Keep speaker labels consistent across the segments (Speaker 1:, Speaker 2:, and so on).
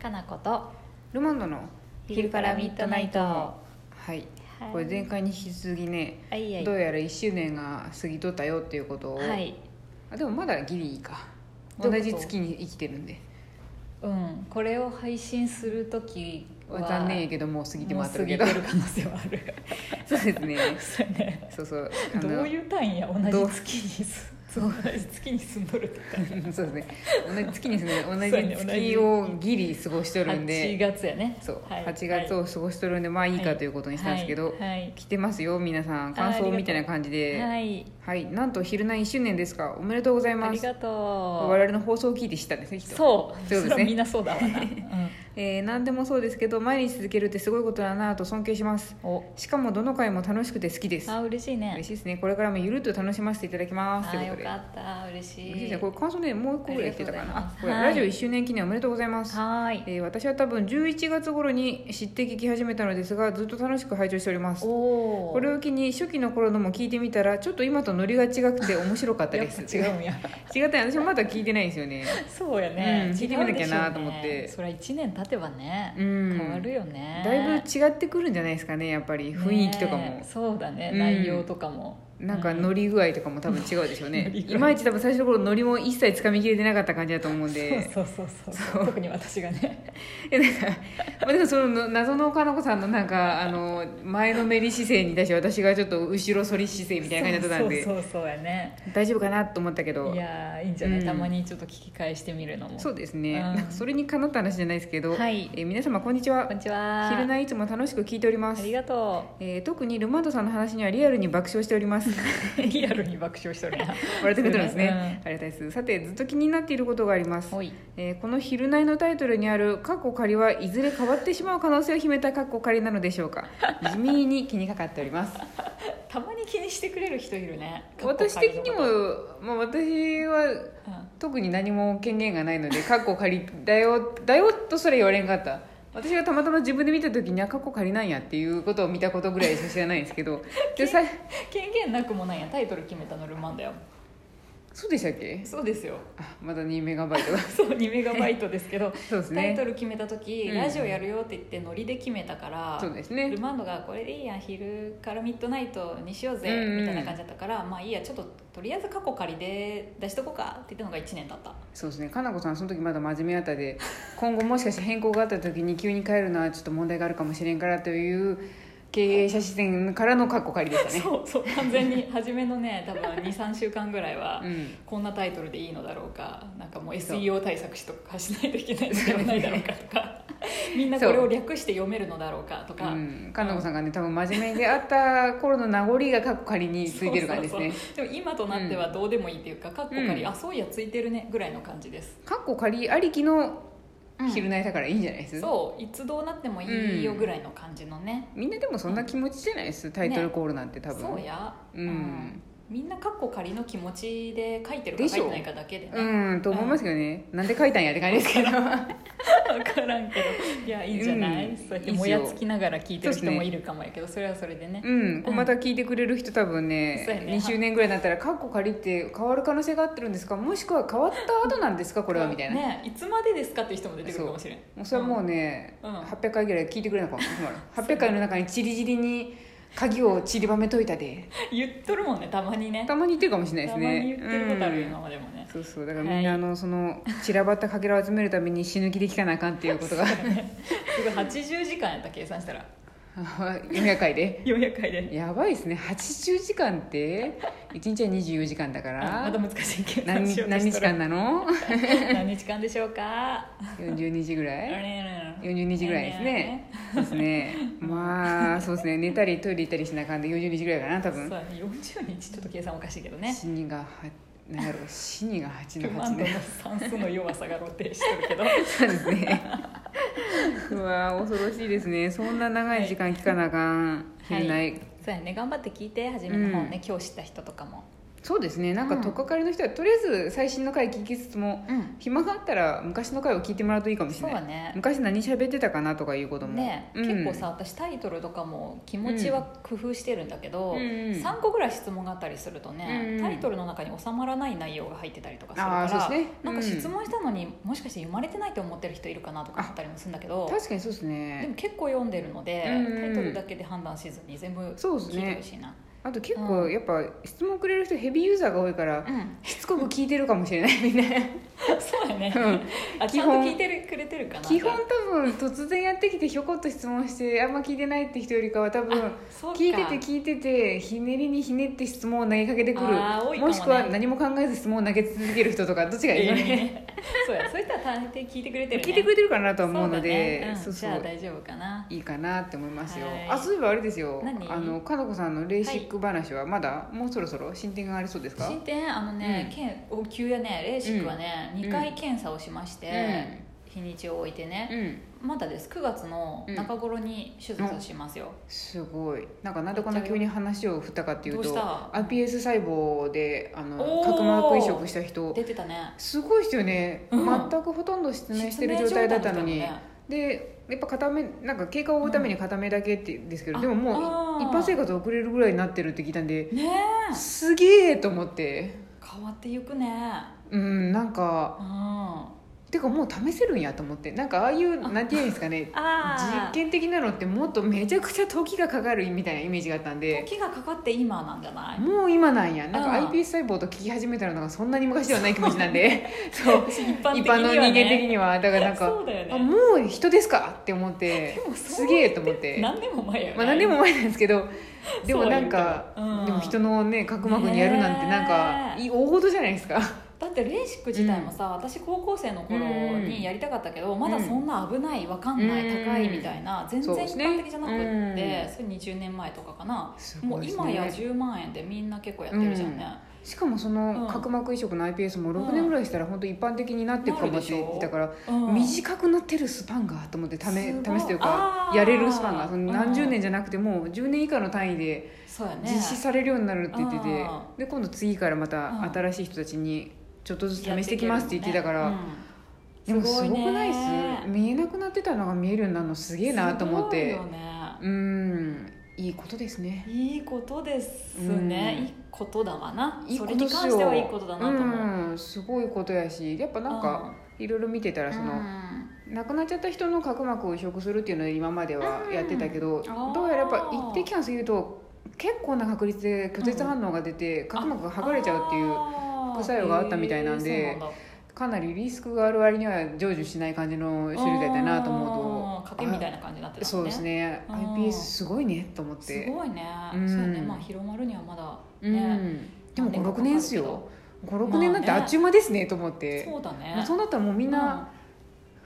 Speaker 1: かなこと
Speaker 2: ルマンドの昼からミッドナイト
Speaker 1: は
Speaker 2: はい
Speaker 1: い
Speaker 2: これ前回に引き続きね
Speaker 1: はいはい
Speaker 2: どうやら1周年が過ぎとったよっていうことを、
Speaker 1: はい
Speaker 2: あでもまだギリいいか
Speaker 1: ど
Speaker 2: 同
Speaker 1: ういうこと
Speaker 2: じ月に生きてるんで
Speaker 1: うんこれを配信する時は
Speaker 2: 残念やけどもう過ぎて
Speaker 1: も
Speaker 2: ま
Speaker 1: う
Speaker 2: っ
Speaker 1: 過
Speaker 2: てる
Speaker 1: ぎ
Speaker 2: け
Speaker 1: て
Speaker 2: ど
Speaker 1: る可能性はある
Speaker 2: そうですね
Speaker 1: そうやね
Speaker 2: そうそう
Speaker 1: どういうう単位や
Speaker 2: ど
Speaker 1: 同
Speaker 2: う
Speaker 1: じ月にす同じ月に住んどるとか
Speaker 2: そうですね同じ月にですね同
Speaker 1: そうやね
Speaker 2: じ
Speaker 1: 同じ
Speaker 2: 月をギリ過ごしとるん
Speaker 1: 8
Speaker 2: で
Speaker 1: 月やね
Speaker 2: そう、
Speaker 1: はい
Speaker 2: 8月を過ごしとるんでまあいい
Speaker 1: は
Speaker 2: か
Speaker 1: い
Speaker 2: ということにしたんですけど、
Speaker 1: はいはい
Speaker 2: 来てますよ皆さん感
Speaker 1: あありが
Speaker 2: 想
Speaker 1: とう
Speaker 2: みたいな感じでは、
Speaker 1: はいい
Speaker 2: なんと「昼ナイ1周年ですかおめでとうござい
Speaker 1: あ
Speaker 2: ま
Speaker 1: り
Speaker 2: す
Speaker 1: がと
Speaker 2: 我々の放送を聞いて知ったんですね
Speaker 1: う
Speaker 2: きっと
Speaker 1: そう
Speaker 2: そうですね
Speaker 1: それはみんなそうだわ な、うん
Speaker 2: えー何でもそうですけど毎日続けるってすごいことだなぁと尊敬します
Speaker 1: お
Speaker 2: しかもどの回も楽しくて好きです
Speaker 1: あ嬉しいね
Speaker 2: 嬉しいですねこれからもゆるっと楽しませていただきますと
Speaker 1: あ
Speaker 2: いう
Speaker 1: よ
Speaker 2: ことで
Speaker 1: かった嬉し
Speaker 2: 嬉しい
Speaker 1: い
Speaker 2: ですねこれ感想ねもう一個ぐらいやってたかな
Speaker 1: ありがとうございま
Speaker 2: あ
Speaker 1: す
Speaker 2: これ
Speaker 1: はい
Speaker 2: ラジオ1周年記念おめでとうございます、
Speaker 1: はーい
Speaker 2: えー私は多分11月頃に知って聞き始めたのですがずっと楽しく拝聴しております
Speaker 1: おお
Speaker 2: これを機に初期の頃のも聞いてみたらちょっと今とノリが違くて面白かった
Speaker 1: や
Speaker 2: で
Speaker 1: っ
Speaker 2: す
Speaker 1: ぱ違うんや
Speaker 2: 違ったよ私もまだ聞いてないんですよね
Speaker 1: そうやね、
Speaker 2: うん
Speaker 1: 違うでしょうね
Speaker 2: 聞いてみなきゃなと思って
Speaker 1: そりゃ1年経てばね、
Speaker 2: うん
Speaker 1: 変わるよね
Speaker 2: だいぶ違ってくるんじゃないですかねやっぱり雰囲気とかも、
Speaker 1: ねえそうだね、
Speaker 2: うん
Speaker 1: 内容とかも
Speaker 2: なんか
Speaker 1: う
Speaker 2: 乗り具合とかも多分違うでしょう
Speaker 1: 乗
Speaker 2: ね
Speaker 1: り具合
Speaker 2: いまいち多分最初の頃乗りも一切つかみきれてなかった感じだと思うんで
Speaker 1: そうそうそうそう特に私がね
Speaker 2: えなんかまあでもその謎のかなこさんのなんかあの前のめり姿勢に対して私がちょっと後ろ反り姿勢みたいな感じだったんで
Speaker 1: そうそうそうそうやね
Speaker 2: 大丈夫かなと思ったけど
Speaker 1: いやーいいんじゃない、
Speaker 2: うん
Speaker 1: たまにちょっと聞き返してみるのも
Speaker 2: そうですね、
Speaker 1: うん
Speaker 2: なんかそれにかなった話じゃないですけど、
Speaker 1: はい
Speaker 2: えー皆様こんにちは
Speaker 1: こんにちは
Speaker 2: 昼ないつも楽しく聞いておりま
Speaker 1: あ
Speaker 2: す
Speaker 1: りがと
Speaker 2: えー特にルマンドさんの話にはリアルに爆笑しております
Speaker 1: うリアルに爆笑しとるな
Speaker 2: 笑ってくれてるんですね、
Speaker 1: う
Speaker 2: ありがたいですさてずっと気になっていることがあります
Speaker 1: おい
Speaker 2: えーこの「昼内のタイトルにある「カッコ仮」はいずれ変わってしまう可能性を秘めたカッコ仮なのでしょ うか地味に気にかかっております
Speaker 1: たまに気にしてくれる人いるね
Speaker 2: 私的にも
Speaker 1: うん、、
Speaker 2: まあ、私は特に何も権限がないので「カッコ仮だよ」だよとそれ言われんかった私がたまたま自分で見た時には「カッコ仮なんや」っていうことを見たことぐらいしか知らないんですけどでさ
Speaker 1: 権限なくもないやタイトル決めたのルマンだよ
Speaker 2: そうでしたっけ
Speaker 1: そうですよ
Speaker 2: あまだ2メガバイトだ
Speaker 1: そう2メガバイトですけど、
Speaker 2: そうです
Speaker 1: タイト
Speaker 2: ね
Speaker 1: ル決めた時、
Speaker 2: うん
Speaker 1: ラジオやるよって言ってノリで決めたから
Speaker 2: そうですね
Speaker 1: ルマンドが「これでいいやん昼からミッドナイトにしようぜ」
Speaker 2: うんうん
Speaker 1: みたいな感じだったから「まあいいやちょっととりあえず過去仮で出しとこうか」って言ったのが1年だった
Speaker 2: そうですねかなこさんその時まだ真面目やったで 今後もしかして変更があった時に急に変えるのはちょっと問題があるかもしれんからという経営者視点からのカッコ仮でしたね
Speaker 1: そうそう完全に初めの ね多分23週間ぐらいは、
Speaker 2: うん
Speaker 1: こんなタイトルでいいのだろうかなんかもう SEO 対策しとかしないといけないのではないだろうかとかみんなこれを略して読めるのだろうかと
Speaker 2: う
Speaker 1: か、
Speaker 2: ん、かなこさんがね多分真面目であった頃の名残がカッコ仮についてる感じですね
Speaker 1: そうそうそうでも今となってはどうでもいいっていうか、かっこかり、
Speaker 2: うん
Speaker 1: あそういやついてるねぐらいの感じです、
Speaker 2: カッコ仮ありきの昼
Speaker 1: 寝
Speaker 2: 寝だからいいんじゃないです、
Speaker 1: そういつどうなってもいいよぐらいの感じのね、
Speaker 2: みんなでもそんな気持ちじゃないですタイトルコールなんて多分、
Speaker 1: そうや、
Speaker 2: うん
Speaker 1: みんなかっこ仮の気持ちで書いてる
Speaker 2: で
Speaker 1: か
Speaker 2: し
Speaker 1: 書い
Speaker 2: ょ
Speaker 1: てないかだけでね、
Speaker 2: うんと思いますけどね、なんで書いたんやって感じですけど
Speaker 1: 分からんけどいやいいんじゃない、
Speaker 2: うん
Speaker 1: そうやっ
Speaker 2: いい
Speaker 1: て
Speaker 2: っすよ
Speaker 1: もやつきながら聞いてる人
Speaker 2: そうっ
Speaker 1: も
Speaker 2: すね
Speaker 1: いるかもやけどそれはそれでね、
Speaker 2: うん、これまた聞いてくれる人多分ね,、
Speaker 1: そうやね
Speaker 2: 2周年ぐらいになったら「カッコ仮」って変わる可能性があってるんですかもしくは変わった後なん ですかこれはみたいな、
Speaker 1: ねいつまでですかっていう人も出てくるかもしれん
Speaker 2: もうそれはもうね、
Speaker 1: うん
Speaker 2: 800回ぐらい聞いてくれなかも800回の中にちりじりに鍵を散りばめといたで
Speaker 1: 言っとるもんねたまにね
Speaker 2: たまに言ってるかもしれない
Speaker 1: た
Speaker 2: です
Speaker 1: ま
Speaker 2: ね
Speaker 1: に言ってることあるよ、
Speaker 2: うん
Speaker 1: 今までもね
Speaker 2: そうそうだからみん
Speaker 1: は
Speaker 2: な、
Speaker 1: い
Speaker 2: あのその散らばったかけらを集めるために死ぬ気で聞かなあかんっていうことが
Speaker 1: すぐ80時間やった計算したら
Speaker 2: 400回で
Speaker 1: 400回で
Speaker 2: やばいですね80時間って1日は24時間だか
Speaker 1: あま
Speaker 2: ら
Speaker 1: た難しい計算
Speaker 2: 何
Speaker 1: しよ
Speaker 2: 日
Speaker 1: うと
Speaker 2: 何
Speaker 1: した
Speaker 2: 日
Speaker 1: ら
Speaker 2: 間なの
Speaker 1: 何日間でしょうか
Speaker 2: 42時ぐらい
Speaker 1: 42
Speaker 2: 42時ぐらいですねそうですねまあそうですね寝たりトイレ行ったりしなあかんで42時ぐらいかな多
Speaker 1: そう
Speaker 2: 分
Speaker 1: やね40日ちょっと計算おかしいけどね
Speaker 2: 死にがはなんやろう死にが8
Speaker 1: ル
Speaker 2: の
Speaker 1: マ
Speaker 2: 8
Speaker 1: ンドの
Speaker 2: ね
Speaker 1: 算数の弱さが露呈してるけど
Speaker 2: そうですねうわー恐ろしいですねそんな長い時間聞かなあかん、
Speaker 1: はい
Speaker 2: 昼ない
Speaker 1: そうやね頑張って聞いて初めの方ね、今日知った人とかも
Speaker 2: そうですねなんか
Speaker 1: うん
Speaker 2: とっかかりの人は、とりあえず最新の回聞きつつも
Speaker 1: うん
Speaker 2: 暇があったら昔の回を聞いてもらうといいかもし
Speaker 1: そ
Speaker 2: れ
Speaker 1: う
Speaker 2: な
Speaker 1: だ
Speaker 2: い、
Speaker 1: ね
Speaker 2: 昔何喋ってたかなとかいうことも、
Speaker 1: ね、
Speaker 2: うん
Speaker 1: 結構さ私タイトルとかも気持ちは工夫してるんだけど、
Speaker 2: うんうん
Speaker 1: 3個ぐらい質問があったりするとね、
Speaker 2: うんうん
Speaker 1: タイトルの中に収まらない内容が入ってたりとかする
Speaker 2: あ
Speaker 1: か
Speaker 2: あそう
Speaker 1: ら、
Speaker 2: ですね
Speaker 1: なんか質
Speaker 2: うん
Speaker 1: 問したのにもしかして読まれてないと思ってる人いるかなとか思ったりもするんだけど
Speaker 2: 確かにそうです
Speaker 1: でも
Speaker 2: ね
Speaker 1: 結構読んでるので、
Speaker 2: うんうん
Speaker 1: タイトルだけで判断せずに全部
Speaker 2: そうです
Speaker 1: 聞いて
Speaker 2: ね
Speaker 1: ほしいな
Speaker 2: あと結構やっぱ質問くれる人ヘビーユーザーが多いから
Speaker 1: う,、ん、
Speaker 2: しつこく聞いてるかもしれないみんな、
Speaker 1: そうだね、
Speaker 2: うん
Speaker 1: あち
Speaker 2: 基
Speaker 1: ゃんと
Speaker 2: 本
Speaker 1: 聞いてるくれてるかな
Speaker 2: 基本多分突然やってきてひょこっと質問してあんま聞いてないって人よりかは多分
Speaker 1: そうか
Speaker 2: 聞いてて聞いててひねりにひねって質問を投げかけてくる
Speaker 1: あー多いかも
Speaker 2: も
Speaker 1: ね
Speaker 2: しくは何も考えず質問を投げ続ける人とかどっち がいいの
Speaker 1: 永遠に
Speaker 2: ね
Speaker 1: ねそうやそういったら大抵聞いてくれてる、ね、
Speaker 2: 聞いてくれてるかなとは思うの
Speaker 1: そだね
Speaker 2: で
Speaker 1: ん
Speaker 2: そうそう,、
Speaker 1: じゃあ大丈夫かない
Speaker 2: いかなって思いますよ、
Speaker 1: はい
Speaker 2: あそういえばあれですよ
Speaker 1: 何
Speaker 2: あのかのこさんのレーシック話はまだ、もうそろそろ進展がありそうですか
Speaker 1: 進展あのね、
Speaker 2: うん
Speaker 1: 検応急やねレーシックはね、
Speaker 2: うん
Speaker 1: 2回検査をしまして、日にちを置いて
Speaker 2: う
Speaker 1: ね、
Speaker 2: ん
Speaker 1: まだです9月の中頃に手術しますよ、
Speaker 2: すごいなんかなんでこんな急に話を振ったかっていう
Speaker 1: ど
Speaker 2: と
Speaker 1: うした
Speaker 2: iPS 細胞であの
Speaker 1: おー
Speaker 2: 角膜移植した人
Speaker 1: 出てたね
Speaker 2: すごいですよね、
Speaker 1: うん
Speaker 2: 全くほとんど失明してる状態だったのに、
Speaker 1: 失明状態だっ
Speaker 2: でやっぱ片目なんか経過を追うために片目だけってですけど、
Speaker 1: うん
Speaker 2: でも
Speaker 1: あ
Speaker 2: もう
Speaker 1: あー
Speaker 2: 一般生活遅れるぐらいになってるって聞いたんで
Speaker 1: たねねえ
Speaker 2: すげえと思って
Speaker 1: 変わっていくね
Speaker 2: うんなんか
Speaker 1: うんあ
Speaker 2: てかもう試せるんやと思ってなんかああいうなんていうんですかね
Speaker 1: あ
Speaker 2: 実験的なのってもっとめちゃくちゃ時がかかるみたいなイメージがあったんで
Speaker 1: 時がかかって今なんじゃない
Speaker 2: もう今なんやなん
Speaker 1: うん
Speaker 2: か iPS 細胞と聞き始めたのがそんなに昔ではない気持ちな んで そう
Speaker 1: 一般的
Speaker 2: 一
Speaker 1: には
Speaker 2: 般
Speaker 1: ね
Speaker 2: の人間的にはだからなんか
Speaker 1: そうだよね
Speaker 2: あもう人ですかって思って
Speaker 1: もそう
Speaker 2: すげえと思って
Speaker 1: 何年も前やよね
Speaker 2: まあ何年も前なんですけどでもなんか、
Speaker 1: そうは言うけどうん
Speaker 2: でも人のね角膜にやるなんてなんか、
Speaker 1: ねえ
Speaker 2: いい大事じゃないですか
Speaker 1: だってレーシック自体もさ、私高校生の頃にやりたかったけど、まだそんな危ないわかんない、
Speaker 2: うん
Speaker 1: 高いみたいな全
Speaker 2: そう
Speaker 1: 然
Speaker 2: で
Speaker 1: 一
Speaker 2: すね
Speaker 1: 般的じゃなくって、
Speaker 2: う
Speaker 1: そ
Speaker 2: ん
Speaker 1: れ20年前とかかな、
Speaker 2: す
Speaker 1: も
Speaker 2: ご
Speaker 1: う
Speaker 2: いですね
Speaker 1: 今や10万円でみんな結構やってるじゃんね、
Speaker 2: しかもその
Speaker 1: うん
Speaker 2: 角膜移植の iPS も6年ぐらいしたら本当一般的になっていくかもしれ
Speaker 1: なるでしょ
Speaker 2: ないだから
Speaker 1: うん
Speaker 2: 短くなってるスパンがと思って試
Speaker 1: すごい
Speaker 2: 試すという
Speaker 1: あ
Speaker 2: か
Speaker 1: ー
Speaker 2: やれるスパンがその
Speaker 1: うん
Speaker 2: 何十年じゃなくてもう10年以下の単位で
Speaker 1: そうやね
Speaker 2: 実施されるようになるって言ってて、
Speaker 1: うん
Speaker 2: で今度次からまた
Speaker 1: うん
Speaker 2: 新しい人たちにちょっとずつ試してきますって言ってたから、で
Speaker 1: やっていけるもんねうん
Speaker 2: もすごくないっす
Speaker 1: すごいね
Speaker 2: 見えなくなってたのが見えるようになるのすげえなと思っ
Speaker 1: す
Speaker 2: て
Speaker 1: ごいよね
Speaker 2: うんいいことですね
Speaker 1: いいことですね、
Speaker 2: うん
Speaker 1: いいことだわな
Speaker 2: こ
Speaker 1: そ
Speaker 2: と
Speaker 1: れに関
Speaker 2: よ
Speaker 1: してはいいことだなと思う、
Speaker 2: うんすごいことやしやっぱなん
Speaker 1: う
Speaker 2: か
Speaker 1: ん
Speaker 2: いろいろ見てたらその、
Speaker 1: うん
Speaker 2: 亡くなっちゃった人の角膜を移植するっていうので今まではやってたけど、
Speaker 1: あー
Speaker 2: どうやらやっぱ一定期間過ぎると結構な確率で拒絶反応が出て、角膜が剥がれちゃうっていう
Speaker 1: う
Speaker 2: 副作用があったみたいなんでかなりリスクがある割には成就しない感じの種類だったなと思うと
Speaker 1: 賭けみたいな感じになってたもんね
Speaker 2: そうですね
Speaker 1: うん
Speaker 2: iPS すごいねと思っ
Speaker 1: す
Speaker 2: て
Speaker 1: ごいね、
Speaker 2: うん
Speaker 1: そうやねまあ広まるにはまだ
Speaker 2: う
Speaker 1: ね、
Speaker 2: ん、でも
Speaker 1: 何年か
Speaker 2: 56年です
Speaker 1: かか
Speaker 2: よ
Speaker 1: まあ
Speaker 2: 56
Speaker 1: ね
Speaker 2: 年なんてあっちゅう間ですねと思って、
Speaker 1: そうだね
Speaker 2: まあそうなったらもうみんな
Speaker 1: う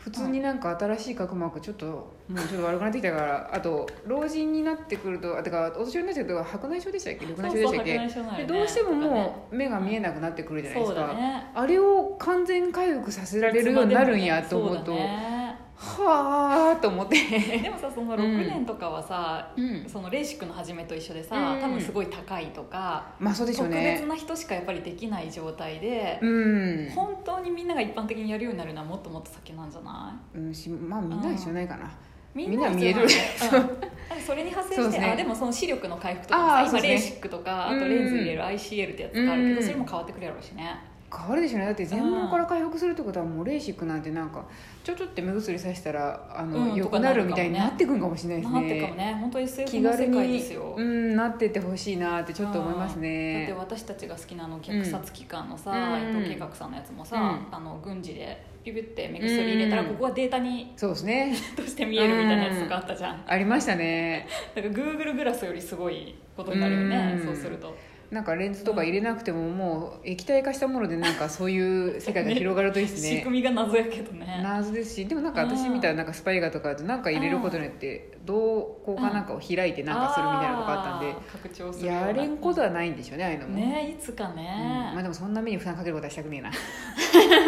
Speaker 2: 普通になんか新しい角膜ちょっともうちょっと悪くなってきたからあと老人になってくるとあてかお年寄りになっちゃうと白内障でしたっけ
Speaker 1: ん
Speaker 2: 緑内障でしたっけ
Speaker 1: そうそう白内障なんよね
Speaker 2: でどうしても
Speaker 1: とかね
Speaker 2: もう目が見えなくなってくるじゃないで
Speaker 1: そ
Speaker 2: す
Speaker 1: う
Speaker 2: か、
Speaker 1: だね
Speaker 2: あれを完全回復させられるようになるんやと思うと
Speaker 1: そだね
Speaker 2: はあと思って、
Speaker 1: でもさその
Speaker 2: うん
Speaker 1: 6年とかはさ、
Speaker 2: うん、
Speaker 1: そのレーシックの始めと一緒でさ、
Speaker 2: うん
Speaker 1: 多分すごい高いとか、
Speaker 2: まあそうでしょう
Speaker 1: 特別
Speaker 2: ね
Speaker 1: な人しかやっぱりできない状態で、
Speaker 2: うん、
Speaker 1: 本当にみんなが一般的にやるようになるのはもっともっと先なんじゃない
Speaker 2: うん、しまあみんな一緒ないかな
Speaker 1: み
Speaker 2: んな見える
Speaker 1: 必要なんだよね うんそれに派生
Speaker 2: そ
Speaker 1: し
Speaker 2: うで
Speaker 1: て
Speaker 2: すね
Speaker 1: あでもその視力の回復とか
Speaker 2: あ
Speaker 1: もさ
Speaker 2: ーそう
Speaker 1: 今レー
Speaker 2: です
Speaker 1: シ
Speaker 2: ね
Speaker 1: ックとかあ
Speaker 2: うん
Speaker 1: と
Speaker 2: うん
Speaker 1: レンズ入れる ICL ってやつがあるけ
Speaker 2: うんう
Speaker 1: ど
Speaker 2: ん
Speaker 1: それも変わってくるやろうしね
Speaker 2: 変わるでしょうねだって全盲から回復するってことはもうレーシックなんてなんかちょちょって目薬さしたらあの、
Speaker 1: うん
Speaker 2: 良くなるみたいになってくんかもしれないです
Speaker 1: な
Speaker 2: ね
Speaker 1: んていうかもね本当 SF
Speaker 2: 気
Speaker 1: の
Speaker 2: 軽
Speaker 1: 世界で
Speaker 2: に
Speaker 1: すよ、
Speaker 2: う
Speaker 1: だ
Speaker 2: んなってってほしいなってちょっと思います
Speaker 1: って
Speaker 2: ね
Speaker 1: 私たちが好きなあの虐殺機関のさ、
Speaker 2: うん
Speaker 1: 伊藤計画さんのやつもさ、
Speaker 2: う
Speaker 1: あの軍事でピュピュって目薬入れたら
Speaker 2: うん
Speaker 1: ここはデータに
Speaker 2: そうですね
Speaker 1: として見えるみたいなやつとかあったじゃん、
Speaker 2: ありましたね
Speaker 1: だから Google グラスよりすごいことになるよね、
Speaker 2: うん
Speaker 1: そうすると
Speaker 2: なんかレンズとか入れなくてももう液体化したものでなんかそういう世界が広がるといいです
Speaker 1: 仕
Speaker 2: ね
Speaker 1: 組みが謎やけどね
Speaker 2: 謎ですしでもなんか私みたいななんかスパイガーとかだとなんか入れることによって同好かなんかを開いてなんかするみたいなのがあったんで
Speaker 1: あー拡張するような
Speaker 2: やれんことはないんでしょうねああいうのも、
Speaker 1: ねいつか
Speaker 2: うん
Speaker 1: ね、
Speaker 2: まあでもそんな目に負担かけることはしたくねえな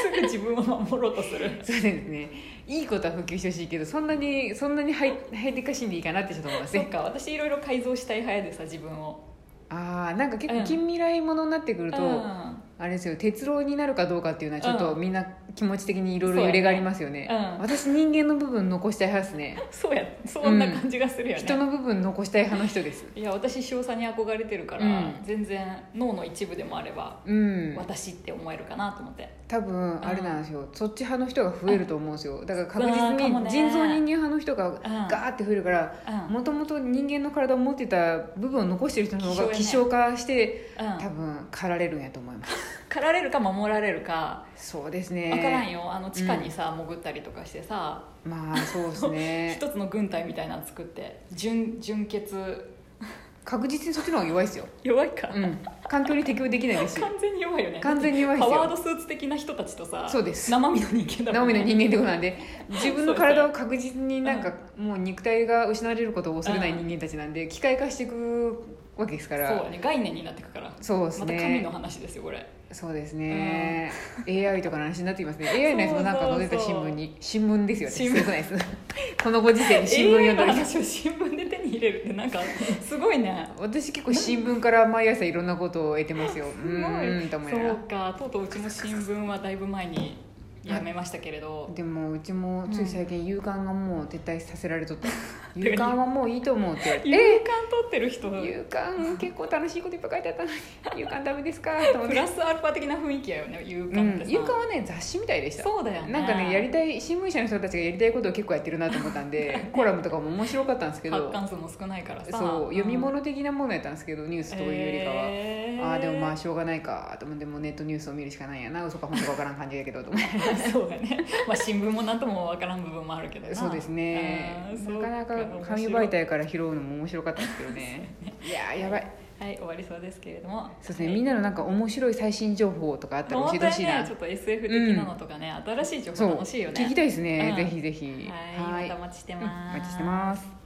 Speaker 1: すぐ自分を守ろうとする
Speaker 2: そうですねいいことは普及してほしいけどそんなに そんなにハイハイテク化しんでいいかなってちょっと思います
Speaker 1: そっ
Speaker 2: ね
Speaker 1: か私いろいろ改造したい派やでさ自分を
Speaker 2: ああなんか結
Speaker 1: うん
Speaker 2: 構近未来ものになってくると、
Speaker 1: うん
Speaker 2: あれですよ鉄郎になるかどうかっていうのはちょっと
Speaker 1: う
Speaker 2: みんな気持ち的にいろいろ揺れがありますよね
Speaker 1: そうやねうん
Speaker 2: 私人間の部分残したい派ですね
Speaker 1: そうやそんな感じがするよね、
Speaker 2: 人の部分残したい派の人です
Speaker 1: いや私塩さんに憧れてるから、
Speaker 2: うん
Speaker 1: 全然脳の一部でもあれば
Speaker 2: うん
Speaker 1: 私って思えるかなと思って、
Speaker 2: 多分あれなんですよ、そっち派の人が増えると思うんですよだから確
Speaker 1: うんかもね
Speaker 2: 実に人造人間派の人がガーって増えるから
Speaker 1: うん
Speaker 2: もともと人間の体を持ってた部分を残してる人の方が
Speaker 1: 希
Speaker 2: 希
Speaker 1: 少
Speaker 2: 少化して
Speaker 1: うん
Speaker 2: 多分狩られるんやと思います
Speaker 1: 狩られるか守られるか
Speaker 2: そうですね
Speaker 1: 分からんよあの地下にさ、潜ったりとかしてさ
Speaker 2: まあそうです ね
Speaker 1: 一つの軍隊みたいなの作って純純血
Speaker 2: 確実にそっちの方が弱いですよ、
Speaker 1: 弱いか、
Speaker 2: うん、環境に適応できないですし
Speaker 1: 完全に弱いよね
Speaker 2: 完全に弱いで
Speaker 1: パ
Speaker 2: す
Speaker 1: ワー
Speaker 2: よ
Speaker 1: ドスーツ的な人たちとさ
Speaker 2: そうです
Speaker 1: 生身の人間だも
Speaker 2: 生
Speaker 1: ん
Speaker 2: 身
Speaker 1: ね
Speaker 2: の人間ってことなんで自分の体を確実になんかもう肉体が失われることを恐れない人間たちなんで機械化していくわけですから
Speaker 1: そうやね概念になってくから
Speaker 2: そうです
Speaker 1: また神
Speaker 2: ね
Speaker 1: の話ですよこれ
Speaker 2: そうですね、AI とかの話になってきますね AI のやつもなんか載ってた新聞に新聞ですよね
Speaker 1: 新
Speaker 2: す
Speaker 1: 聞
Speaker 2: ごくないですこのご時世に新聞読ん
Speaker 1: AI の
Speaker 2: だり
Speaker 1: 話を新聞で手に入れるってなんかすごいね
Speaker 2: 私結構新聞から毎朝いろんなことを得てますようーんと思いなが
Speaker 1: そう
Speaker 2: ら
Speaker 1: かとうとううちも新聞はだいぶ前にやめましたけれど
Speaker 2: でもうちもつい最近夕刊がもう撤退させら れとった
Speaker 1: ん
Speaker 2: 夕刊はもういいと思うっ て言われて
Speaker 1: 夕
Speaker 2: え
Speaker 1: 刊撮ってる人
Speaker 2: 夕刊結構楽しいこといっぱい書いてあったのに夕 刊ダメですかと思
Speaker 1: プ
Speaker 2: って
Speaker 1: ラスアルファ的な雰囲気やよね夕
Speaker 2: う
Speaker 1: 刊っ
Speaker 2: ん
Speaker 1: てさ
Speaker 2: 夕刊はね雑誌みたいでした
Speaker 1: そうだよね
Speaker 2: なんかねやりたい新聞社の人たちがやりたいことを結構やってるなと思ったん でコラムとかも面白かったんですけ
Speaker 1: 発
Speaker 2: ど
Speaker 1: 刊数も少ないからさ
Speaker 2: そう読み
Speaker 1: うん
Speaker 2: 物的なものやったんですけどニュースというよりかは、
Speaker 1: へー
Speaker 2: ああでもまあしょうがないかと思ってもうネットニュースを見るしかないんやな嘘か本当か分からん感じやけどと思って
Speaker 1: そうだね、まあ、新聞も何ともわからん部分もあるけどな
Speaker 2: そうですね
Speaker 1: あーそう
Speaker 2: なかなか紙
Speaker 1: 面白い
Speaker 2: 媒体から拾うのも面白かったですけど ねいやーやばい
Speaker 1: はい終わりそうですけれども
Speaker 2: そうですねみんなのなんか面白い最新情報とかあったら
Speaker 1: も
Speaker 2: 教
Speaker 1: う
Speaker 2: え
Speaker 1: 本当
Speaker 2: てほし
Speaker 1: に
Speaker 2: いな、
Speaker 1: ねちょっと SF 的なのとかね、新しい情
Speaker 2: そ
Speaker 1: 報
Speaker 2: う
Speaker 1: 楽しいよね
Speaker 2: 聞きたいですね、
Speaker 1: うん
Speaker 2: ぜひぜひ
Speaker 1: はいまたお待ちしてます、
Speaker 2: お待ちしてます